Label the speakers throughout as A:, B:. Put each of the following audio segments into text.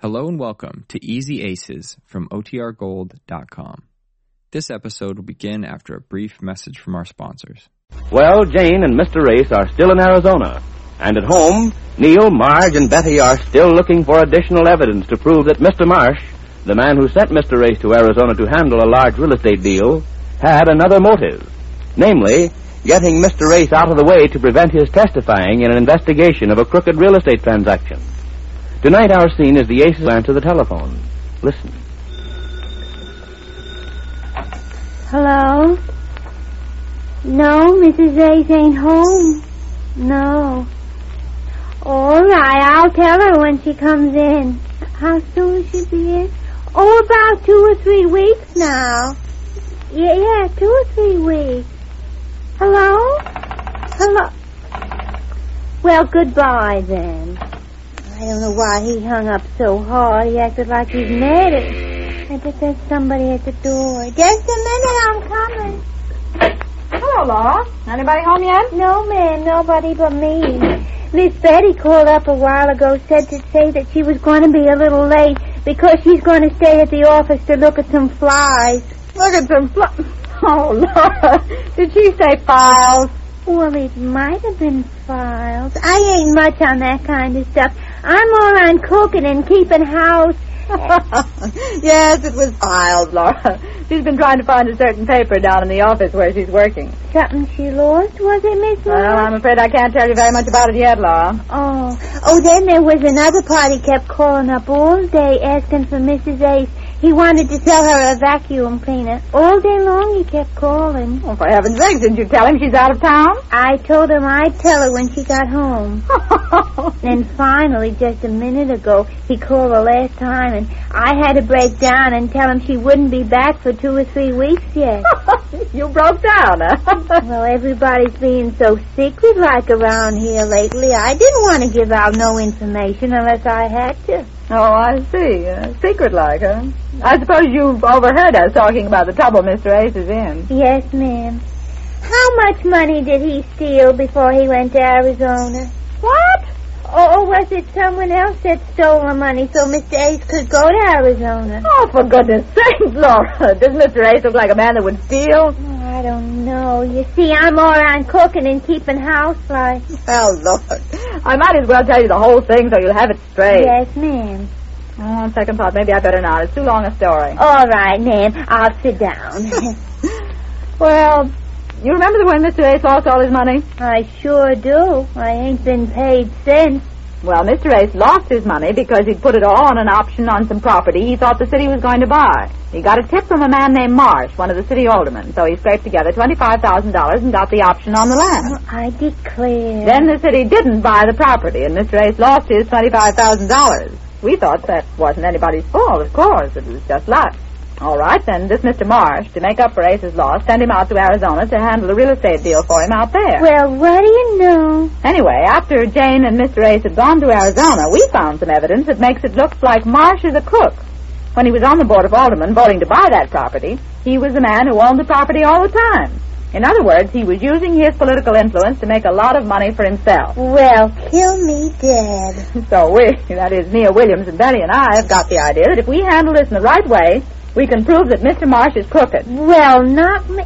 A: Hello and welcome to Easy Aces from OTRGold.com. This episode will begin after a brief message from our sponsors.
B: Well, Jane and Mr. Race are still in Arizona. And at home, Neil, Marge, and Betty are still looking for additional evidence to prove that Mr. Marsh, the man who sent Mr. Race to Arizona to handle a large real estate deal, had another motive. Namely, getting Mr. Race out of the way to prevent his testifying in an investigation of a crooked real estate transaction. Tonight our scene is the aces answer the telephone. Listen.
C: Hello? No, Mrs. Ace ain't home. No. All right, I'll tell her when she comes in. How soon will she be in? Oh, about two or three weeks now. Yeah, yeah, two or three weeks. Hello? Hello? Well, goodbye then. I don't know why he hung up so hard. He acted like he's mad at. I bet there's somebody at the door. Just a minute, I'm coming.
D: Hello, Laura. Anybody home yet?
C: No, ma'am, nobody but me. Miss Betty called up a while ago, said to say that she was going to be a little late because she's going to stay at the office to look at some flies.
D: Look at some fl- Oh, Laura. Did she say files?
C: Well, it might have been files. I ain't much on that kind of stuff. I'm more on cooking and keeping house.
D: yes, it was files, Laura. She's been trying to find a certain paper down in the office where she's working.
C: Something she lost, was it, Miss
D: Well,
C: Lawrence?
D: I'm afraid I can't tell you very much about it yet, Laura.
C: Oh, oh! Then there was another party kept calling up all day asking for Mrs. Ace. He wanted to sell her a vacuum cleaner. All day long he kept calling.
D: Oh, for heaven's sake, didn't you tell him she's out of town?
C: I told him I'd tell her when she got home. Then finally, just a minute ago, he called the last time, and I had to break down and tell him she wouldn't be back for two or three weeks yet.
D: you broke down, huh?
C: Well, everybody's being so secret like around here lately. I didn't want to give out no information unless I had to.
D: oh, I see. Uh, secret like, huh? I suppose you've overheard us talking about the trouble Mr. Ace is in.
C: Yes, ma'am. How much money did he steal before he went to Arizona?
D: What?
C: Or was it someone else that stole the money so Mr. Ace could go to Arizona?
D: Oh, for goodness sake, Laura. Doesn't Mr. Ace look like a man that would steal?
C: Oh, I don't know. You see, I'm more on cooking and keeping house like.
D: Oh, Lord. I might as well tell you the whole thing so you'll have it straight.
C: Yes, ma'am.
D: Oh, on second thought, maybe I better not. It's too long a story.
C: All right, ma'am. I'll sit down.
D: Well, you remember the way Mr. Ace lost all his money?
C: I sure do. I ain't been paid since.
D: Well, Mr. Ace lost his money because he'd put it all on an option on some property he thought the city was going to buy. He got a tip from a man named Marsh, one of the city aldermen, so he scraped together $25,000 and got the option on the land.
C: Oh, I declare.
D: Then the city didn't buy the property, and Mr. Ace lost his $25,000. We thought that wasn't anybody's fault, of course. It was just luck. All right, then, this Mr. Marsh, to make up for Ace's loss, sent him out to Arizona to handle a real estate deal for him out there.
C: Well, what do you know?
D: anyway, after Jane and Mr. Ace had gone to Arizona, we found some evidence that makes it look like Marsh is a crook. When he was on the Board of Aldermen voting to buy that property, he was the man who owned the property all the time. In other words, he was using his political influence to make a lot of money for himself.
C: Well, kill me dead.
D: So we, that is, Nia Williams and Betty and I, have got the idea that if we handle this in the right way, we can prove that Mr. Marsh is crooked.
C: Well, not me.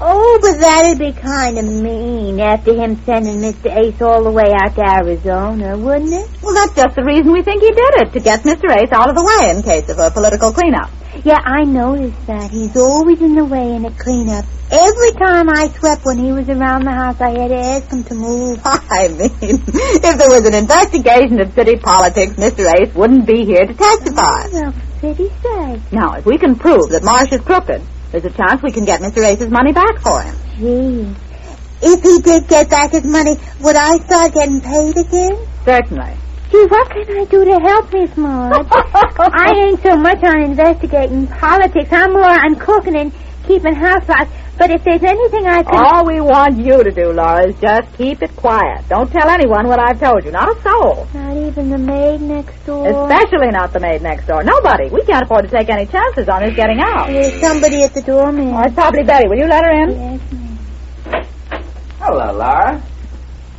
C: Oh, but that'd be kind of mean after him sending Mr. Ace all the way out to Arizona, wouldn't it?
D: Well, that's just the reason we think he did it, to get Mr. Ace out of the way in case of a political cleanup.
C: Yeah, I noticed that. He's always in the way in a cleanup. Every time I swept when he was around the house, I had to ask him to move.
D: I mean, if there was an investigation of city politics, Mr. Ace wouldn't be here to testify.
C: Well, pretty say.
D: Now, if we can prove that Marsh is crooked, there's a chance we can get Mr. Ace's money back for him.
C: Gee. If he did get back his money, would I start getting paid again?
D: Certainly.
C: Gee, what can I do to help Miss Maud? I ain't so much on investigating politics. I'm more on cooking and keeping house life. But if there's anything I can...
D: All we want you to do, Laura, is just keep it quiet. Don't tell anyone what I've told you. Not a soul.
C: Not even the maid next door.
D: Especially not the maid next door. Nobody. We can't afford to take any chances on his getting out.
C: There's somebody at the door, ma'am.
D: Oh, it's probably Betty. Will you let her in?
C: Yes, ma'am.
B: Hello, Laura.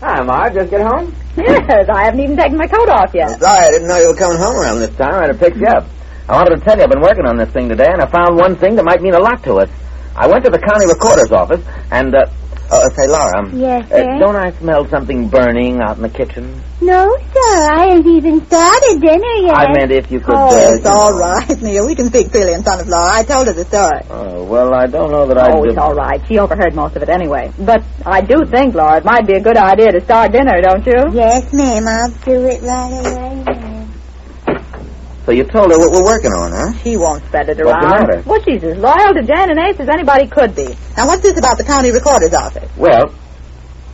E: Hi, Marge. Just get home?
D: Yes, I haven't even taken my coat off
E: I'm
D: yet.
E: sorry, Oh, I didn't know you were coming home around this time. I'd have picked you up. I wanted to tell you I've been working on this thing today, and I found one thing that might mean a lot to us. I went to the county recorder's office, and, uh, uh say, Laura, um,
C: Yes,
E: uh,
C: sir?
E: don't I smell something burning out in the kitchen?
C: No, sir. I haven't even started dinner yet.
E: I meant if you could.
F: Oh,
E: uh,
F: it's all right, Neil. We can speak freely in front of Laura. I told her the story.
E: Oh, well, I don't know that I.
D: Oh,
E: did-
D: it's all right. She overheard most of it anyway. But I do think, Laura, it might be a good idea to start dinner, don't you?
C: Yes, ma'am. I'll do it right away, ma'am.
E: So you told her what we're working on, huh?
F: She won't.
D: Spread it
E: What's the
D: around.
E: matter?
D: Well, she's as loyal to Jane and Ace as anybody could be.
F: Now, what's this about the county recorder's office?
E: Well,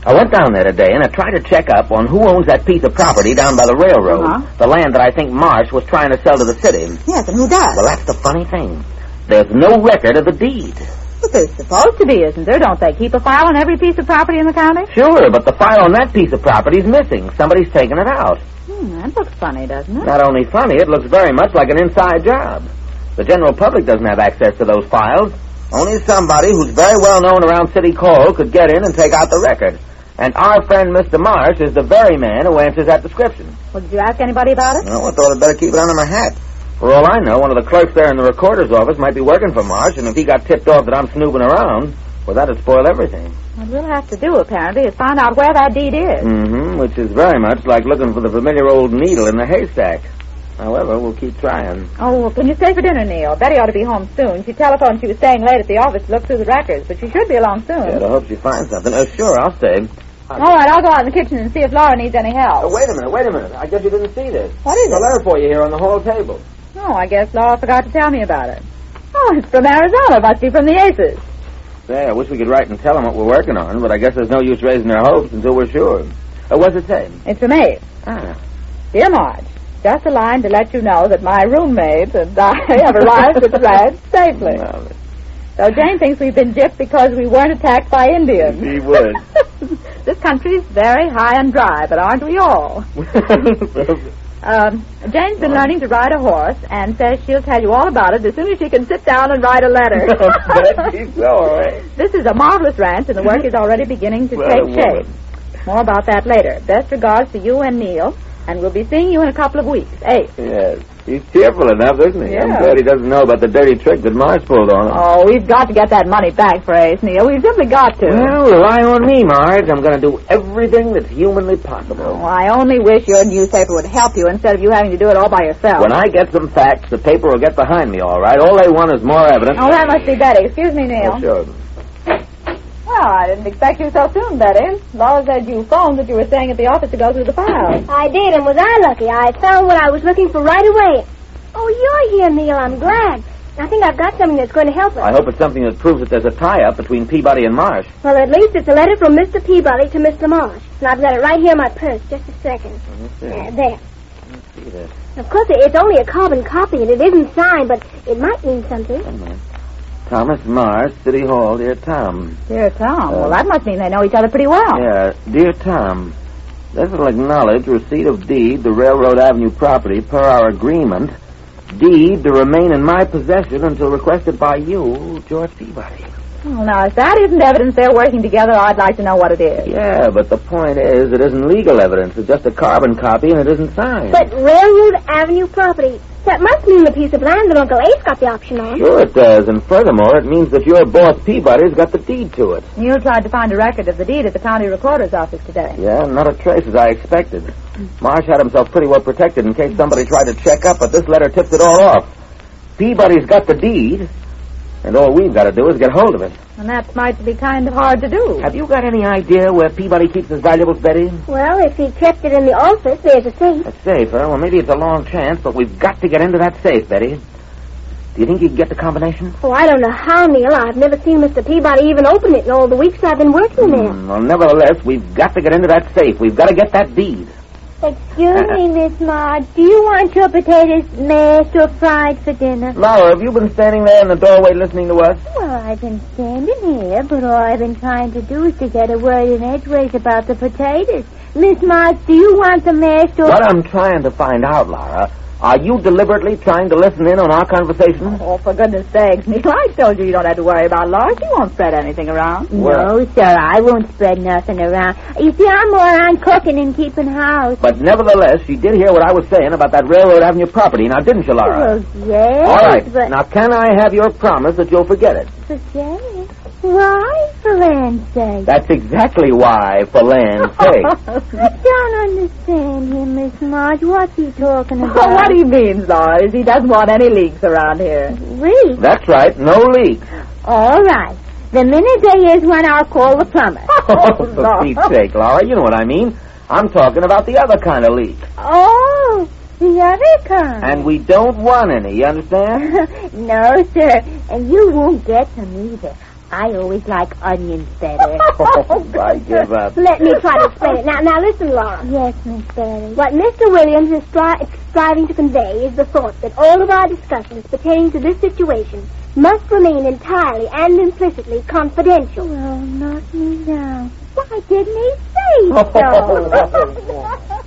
E: I went down there today and I tried to check up on who owns that piece of property down by the railroad.
D: Uh-huh.
E: The land that I think Marsh was trying to sell to the city.
F: Yes, and who does?
E: Well, that's the funny thing. There's no record of the deed.
F: Well, there's supposed
D: Supposed to be, isn't there? Don't they keep a file on every piece of property in the county?
E: Sure, but the file on that piece of property is missing. Somebody's taken it out.
D: Hmm, that looks funny, doesn't it?
E: Not only funny, it looks very much like an inside job. The general public doesn't have access to those files. Only somebody who's very well known around City Hall could get in and take out the record. And our friend Mr. Marsh is the very man who answers that description.
D: Well, did you ask anybody about it?
E: Well, I thought I'd better keep it under my hat. For all I know, one of the clerks there in the recorder's office might be working for Marsh, and if he got tipped off that I'm snooping around, well, that'd spoil everything.
D: What we'll have to do, apparently, is find out where that deed is.
E: Mm-hmm, which is very much like looking for the familiar old needle in the haystack. However, we'll keep trying.
D: Oh, well, can you stay for dinner, Neil? Betty ought to be home soon. She telephoned she was staying late at the office to look through the records, but she should be along soon.
E: I hope she finds something. Oh, sure, I'll stay.
D: All right, I'll go out in the kitchen and see if Laura needs any help.
E: Oh, wait a minute, wait a minute. I guess you didn't see this.
F: What is
E: There's a
F: it?
E: letter for you here on the hall table.
D: Oh, I guess Laura forgot to tell me about it. Oh, it's from Arizona. Must be from the Aces.
E: Say, I wish we could write and tell them what we're working on, but I guess there's no use raising their hopes until we're sure. Uh, what's it say?
D: It's from Ace.
E: Ah.
D: Dear Marge, just a line to let you know that my roommate and I have arrived at Rad safely.
E: Well,
D: So Jane thinks we've been gypped because we weren't attacked by Indians.
E: She would.
D: this country's very high and dry, but aren't we all? Um, Jane's been learning to ride a horse and says she'll tell you all about it as soon as she can sit down and write a letter. This is a marvelous ranch, and the work is already beginning to
E: What a
D: take
E: woman.
D: shape. More about that later. Best regards to you and Neil, and we'll be seeing you in a couple of weeks. Ace.
E: Yes. He's cheerful enough, isn't he? I'm
D: Yeah.
E: glad he doesn't know about the dirty trick that Marsh pulled on him.
D: Oh, we've got to get that money back for Ace, Neil. We've simply got to.
E: Well, rely on me, Marge. I'm going to do everything that's humanly
D: Oh,
E: possible.
D: I only wish your
F: newspaper would help
D: you instead of you having to do it all by yourself.
E: When I get some facts, the paper will get behind me, all right? All they want is more evidence.
D: Oh, that must be Betty. Excuse me, Neil.
E: Oh, sure.
D: Well, I didn't expect you so soon, Betty. Laura said you phoned that you were staying at the office to go through the files.
C: I did, and was I lucky? I found what I was looking for right away. Oh, you're here, Neil. I'm glad. I think I've got something that's going to help us.
E: I hope it's something that proves that there's a tie-up between Peabody and Marsh.
C: Well, at least it's a letter from Mr. Peabody to Mr. Marsh. And I've got it right here in my purse. Just a second.
E: Hmm.
C: Uh, there.
E: See this?
C: Of course, it- it's only a carbon copy, and it isn't signed, but it might mean something.
E: Wait a minute. Thomas Marsh, City Hall, dear Tom.
D: Dear
E: Uh,
D: Tom. Oh, well, that must mean they know each other pretty well.
E: Yeah, dear Tom. This will acknowledge receipt of deed, the Railroad Avenue property, per our agreement. Deed to remain in my possession until requested by you, George Peabody.
D: Well, now, if that isn't evidence they're working together, I'd like to know what it is.
E: Yeah, but the point is, it isn't legal evidence. It's just a carbon copy, and it isn't signed.
C: But Railroad Avenue property. That must mean the piece of land that Uncle Ace got the option on.
E: Sure it does, and furthermore, it means that your boss Peabody's got the deed to it.
D: Neil tried to find a record of the deed at the county recorder's office today.
E: Yeah, not a trace as I expected. Marsh had himself pretty well protected in case somebody tried to check up, but this letter tipped it all off. Peabody's got the deed, and all we've got to do is get hold of it.
D: And that might be kind of hard to do.
E: Have you got any idea where Peabody keeps his valuables, Betty?
C: Well, if he kept it in the office, there's a safe.
E: A safe, huh? Well, maybe it's a long chance, but we've got to get into that safe, Betty. Do you think you can get the combination?
C: Oh, I don't know how, Neil. I've never seen Mr. Peabody even open it in all the weeks I've been working there.
E: Hmm, well, nevertheless, we've got to get into that safe. We've got to get that deed.
C: Hmm. Excuse me, Miss Maud. Do you want your potatoes mashed or fried for dinner?
E: Laura, have you been standing there in the doorway listening to us?
C: Well, I've been standing here, but all I've been trying to do is to get a word in edgeways about the potatoes. Miss March, do you want them mashed or...
E: What I'm trying to find out, Laura, Are you deliberately trying to listen in on our conversation?
D: Oh, for goodness sakes, Neil, I told you you don't have to worry about Laura. She won't spread anything around.
C: No, sir, I won't spread nothing around. You see, I'm more on cooking and keeping house.
E: But nevertheless, she did hear what I was saying about that Railroad Avenue property, now didn't you, Laura?
C: Well, Oh, yes,
E: All right.
C: but
E: Now, can I have your promise that you'll forget it?
C: forget. Why, for land's sake?
E: That's exactly why, for land's sake.
C: I don't understand you, Miss Marge. What's he talking about?
D: Well, what he means, Laura, is he doesn't want any leaks around here.
C: Wait.
E: That's right, no leak.
C: All right. The minute there is one, I'll call the plumber.
E: Oh, for Pete's sake, Laura, you know what I mean. I'm talking about the other kind of leak.
C: Oh, the other kind.
E: And we don't want any, you understand?
C: no, sir. And you won't get them either. I always like onions better.
E: Oh, I give up.
G: Let me try to explain it. Now, now listen, Laura.
C: yes, Miss Betty.
G: What Mr. Williams is stri- striving to convey is the thought that all of our discussions pertaining to this situation must remain entirely and implicitly confidential.
C: Well, knock me down. Why didn't he say
E: Oh,
C: so?